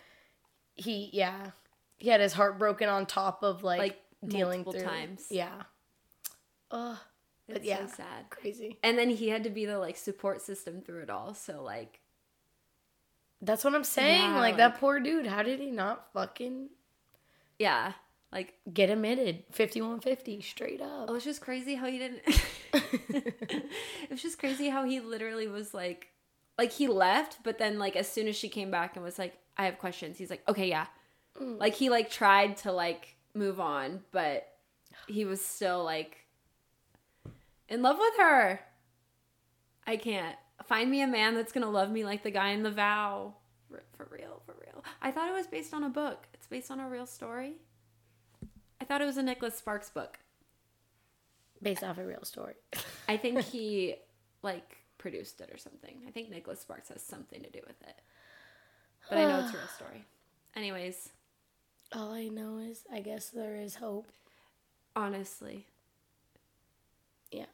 S1: he yeah he had his heart broken on top of like,
S2: Like,
S1: dealing
S2: multiple
S1: through
S2: times.
S1: yeah Ugh,
S2: it's
S1: yeah.
S2: so sad.
S1: crazy
S2: And then he had to be the like support system through it all. So like
S1: that's what i'm saying
S2: Yeah,
S1: like that
S2: like-
S1: poor dude how did he not fucking
S2: yeah, like
S1: get admitted 5150 straight up
S2: oh, it's just crazy how he didn't. it's just crazy how he literally was like, like he left, but then like as soon as she came back and was like, I have questions. He's like, okay, yeah. Like he like tried to like move on, but he was still like in love with her. I can't find me a man that's gonna love me like the guy in the vow. For, for real, for real. I thought it was based on a book. It's based on a real story. I thought it was a Nicholas Sparks book.
S1: based off a real story
S2: I think he like produced it or something. I think Nicholas Sparks has something to do with it. But I know it's a real story. Anyways,
S1: All I know is, I guess there is hope.
S2: honestly.
S1: Yeah.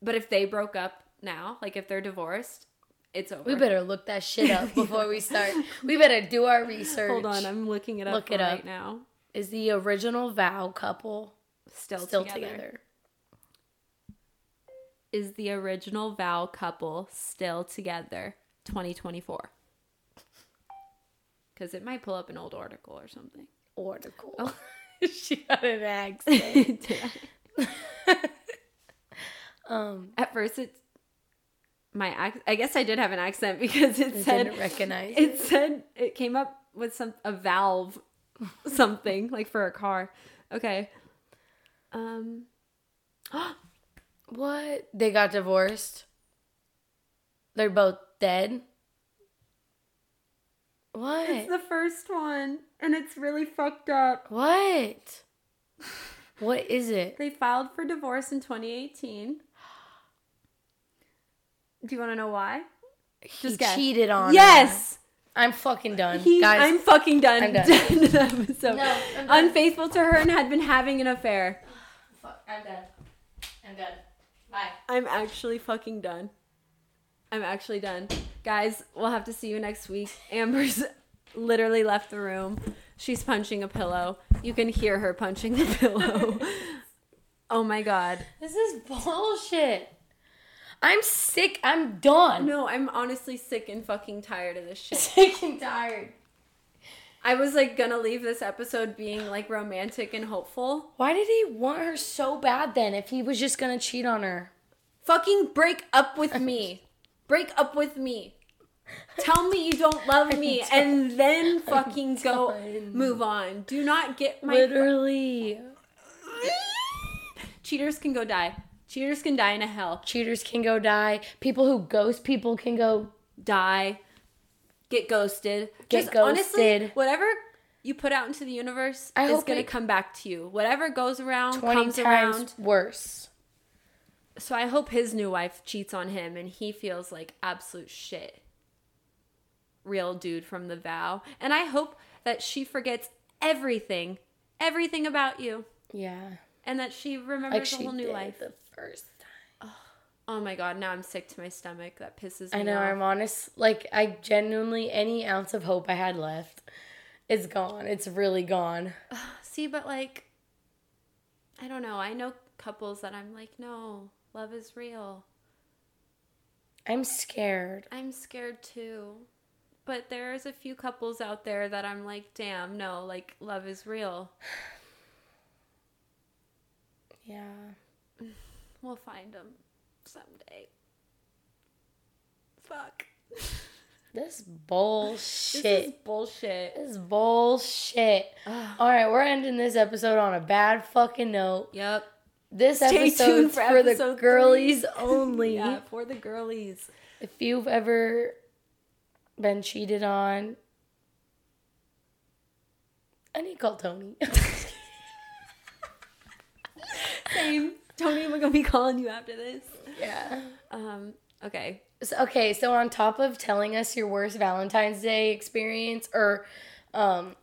S2: But if they broke up now, like if they're divorced, it's over.
S1: We better look that shit up before we start. We better do our research.
S2: Hold on, I'm looking it up
S1: Look it
S2: right
S1: up.
S2: now.
S1: Is the original vow couple
S2: Still,
S1: still
S2: together.
S1: together?
S2: Is the original vow couple still together 2024? Because it might pull up an old article or something.
S1: Article. Oh. she got an accent.
S2: um, At first, it's my ac- I guess I did have an accent because it said
S1: Didn't recognize. It.
S2: it said it came up with some a valve, something like for a car. Okay. Um.
S1: What? They got divorced. They're both dead. What?
S2: It's the first one, and it's really fucked up.
S1: what? What is it?
S2: They filed for divorce in 2018. Do you want to know why?
S1: he
S2: guess.
S1: cheated on. her.
S2: yes.
S1: I'm fucking done,
S2: He,
S1: guys.
S2: I'm fucking done.
S1: I'm done.
S2: Done the episode.
S1: No, I'm done.
S2: Unfaithful to her and had been having an affair.
S1: Fuck, I'm done. I'm done. Bye.
S2: I'm actually fucking done. I'm actually done. Guys, we'll have to see you next week. Amber's literally left the room. She's punching a pillow. You can hear her punching the pillow. oh my god.
S1: This is bullshit. I'm sick. I'm done.
S2: No, I'm honestly sick and fucking tired of this shit.
S1: Sick and tired.
S2: I was like gonna leave this episode being like romantic and hopeful.
S1: Why did he want her so bad then if he was just gonna cheat on her?
S2: Fucking break up with me. break up with me. Tell me you don't love me and then fucking go
S1: done.
S2: move on. Do not get my
S1: Literally.
S2: Cheaters can go die. Cheaters can die in a hell.
S1: Cheaters can go die. People who ghost people can go.
S2: Die. Get ghosted.
S1: Get
S2: Honestly,
S1: ghosted.
S2: whatever you put out into the universe
S1: I
S2: is
S1: hope
S2: going
S1: it-
S2: to come back to you. Whatever goes around
S1: 20
S2: comes
S1: times
S2: around.
S1: worse.
S2: So I hope his new wife cheats on him and he feels like absolute shit. Real dude from the vow. And I hope that she forgets everything, everything about you,
S1: Yeah.
S2: and that she remembers
S1: Like
S2: a
S1: she
S2: whole new
S1: did
S2: life.
S1: the first time.
S2: Oh my god, now I'm sick to my stomach. That pisses me
S1: I know.
S2: off.
S1: I'm honest. Like I genuinely any ounce of hope I had left, is gone. It's really gone.
S2: See, but like, I don't know. I know couples that I'm like, no, love is real.
S1: I'm scared.
S2: I'm scared too. But there's a few couples out there that I'm like, damn, no, like, love is real.
S1: Yeah.
S2: We'll find them. someday. Fuck.
S1: This
S2: This
S1: bullshit.
S2: is bullshit.
S1: This is bullshit. All right, we're ending this episode on a bad fucking note.
S2: Yep.
S1: This
S2: Stay tuned
S1: episode's
S2: for
S1: for,
S2: episode
S1: the girlies
S2: three.
S1: only.
S2: Yeah, for the girlies.
S1: If you've ever been cheated on, I need to call Tony.
S2: Same. Tony, we're gonna be calling you after this.
S1: yeah.
S2: Um. Okay.
S1: So, okay, so on top of telling us your worst Valentine's Day experience or um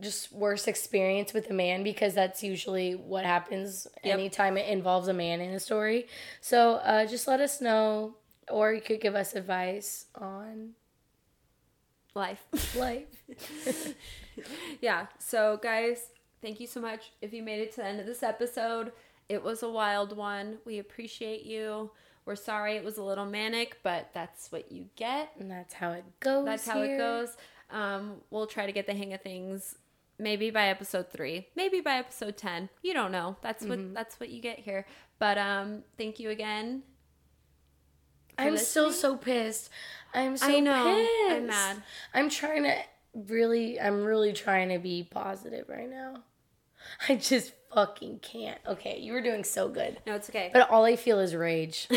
S1: just worst experience with a man because that's usually what happens
S2: Yep.
S1: anytime it involves a man in a story. So, uh just let us know or you could give us advice on
S2: Life.
S1: life.
S2: yeah. So, guys, thank you so much. If you made it to the end of this episode, it was a wild one. We appreciate you. We're sorry it was a little manic, but that's what you get.
S1: and that's how it goes.
S2: That's how it
S1: here.
S2: goes. Um, we'll try to get the hang of things. Maybe by episode three, maybe by episode ten. You don't know. That's what that's what you get here. But um, thank you again.
S1: I'm still
S2: listening.
S1: so pissed. I'm so
S2: I know.
S1: pissed.
S2: I'm mad.
S1: I'm trying to really I'm really trying to be positive right now. I just fucking can't. Okay, you were doing so good.
S2: No, it's okay.
S1: But all I feel is rage.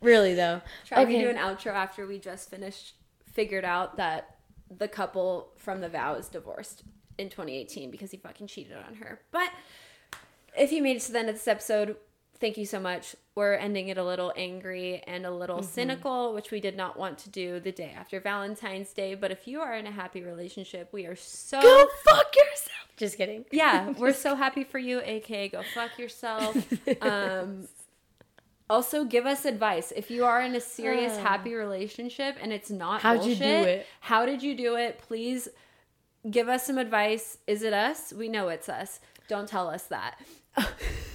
S1: really though.
S2: Try to do an outro after we just finished figured out that the couple from the vow is divorced in 2018 because he fucking cheated on her. But if you made it to the end of this episode, thank you so much. We're ending it a little angry and a little cynical, which we did not want to do the day after Valentine's Day. But if you are in a happy relationship, we are so
S1: Go fuck yourself. Just kidding.
S2: yeah, we're so happy for you, aka go fuck yourself. Um, also, give us advice if you are in a serious, happy relationship and it's not
S1: Ah. How'd you
S2: bullshit.
S1: do it?
S2: How did you do it? Please give us some advice. Is it us? We know it's us. Don't tell us that.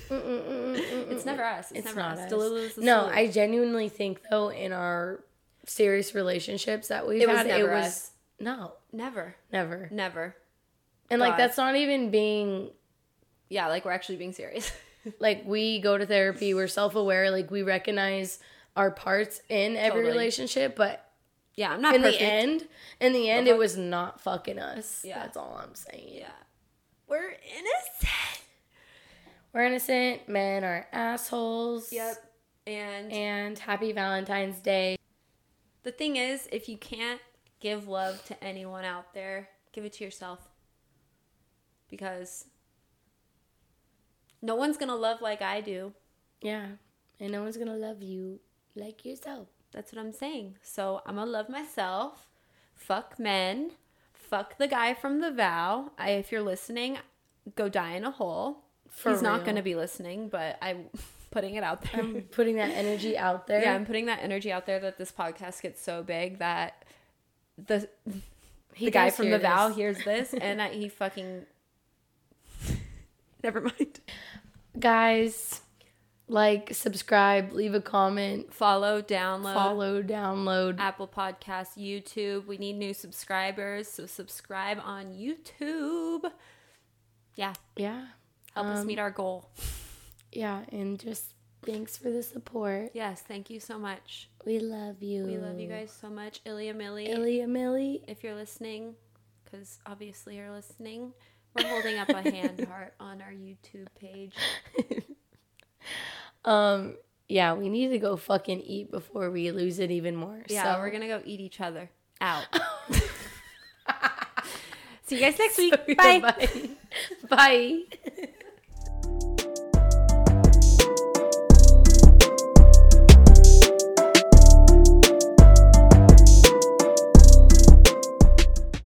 S2: it's never us. It's,
S1: It's
S2: never
S1: not
S2: us.
S1: us.
S2: Delulu is the
S1: No,
S2: solution.
S1: I genuinely think though in our serious relationships that we've
S2: It was
S1: had
S2: never
S1: it was
S2: us.
S1: no,
S2: never,
S1: never.
S2: never.
S1: And like
S2: God.
S1: that's not even being
S2: Yeah, like we're actually being serious.
S1: like we go to therapy, we're self-aware, like we recognize our parts in every
S2: Totally.
S1: relationship, but
S2: yeah, I'm not
S1: in
S2: perfect.
S1: the end, in the end it was not fucking us.
S2: Yeah.
S1: That's all I'm saying.
S2: yeah, we're innocent.
S1: We're innocent, men are assholes.
S2: Yep. And
S1: And happy Valentine's Day.
S2: The thing is, if you can't give love to anyone out there, give it to yourself. Because no one's going to love like I do.
S1: Yeah. And no one's going to love you like yourself.
S2: That's what I'm saying. So I'm going to love myself. Fuck men. Fuck the guy from The Vow. I, if you're listening, go die in a hole.
S1: For
S2: He's not
S1: real.
S2: going to be listening, but I'm putting it out there.
S1: I'm putting that energy out there.
S2: yeah, I'm putting that energy out there that this podcast gets so big that the the guy
S1: does
S2: from
S1: hear
S2: the vow
S1: this.
S2: hears this and that he fucking never mind
S1: Guys, like, subscribe, leave a comment,
S2: follow download
S1: follow, download.
S2: apple podcast youtube we need new subscribers so subscribe on youtube yeah
S1: Yeah.
S2: help us meet our goal
S1: Yeah. And just thanks for the support.
S2: yes thank you so much
S1: We love you.
S2: we love you guys so much ilya millie
S1: Ilya Millie.
S2: if you're listening, because obviously you're listening, we're holding up a hand heart on our YouTube page.
S1: Um, yeah, we need to go fucking eat before we lose it even more.
S2: Yeah,
S1: so.
S2: we're gonna go eat each other out. See you guys next week.
S1: Yeah,
S2: Bye.
S1: Bye. Bye.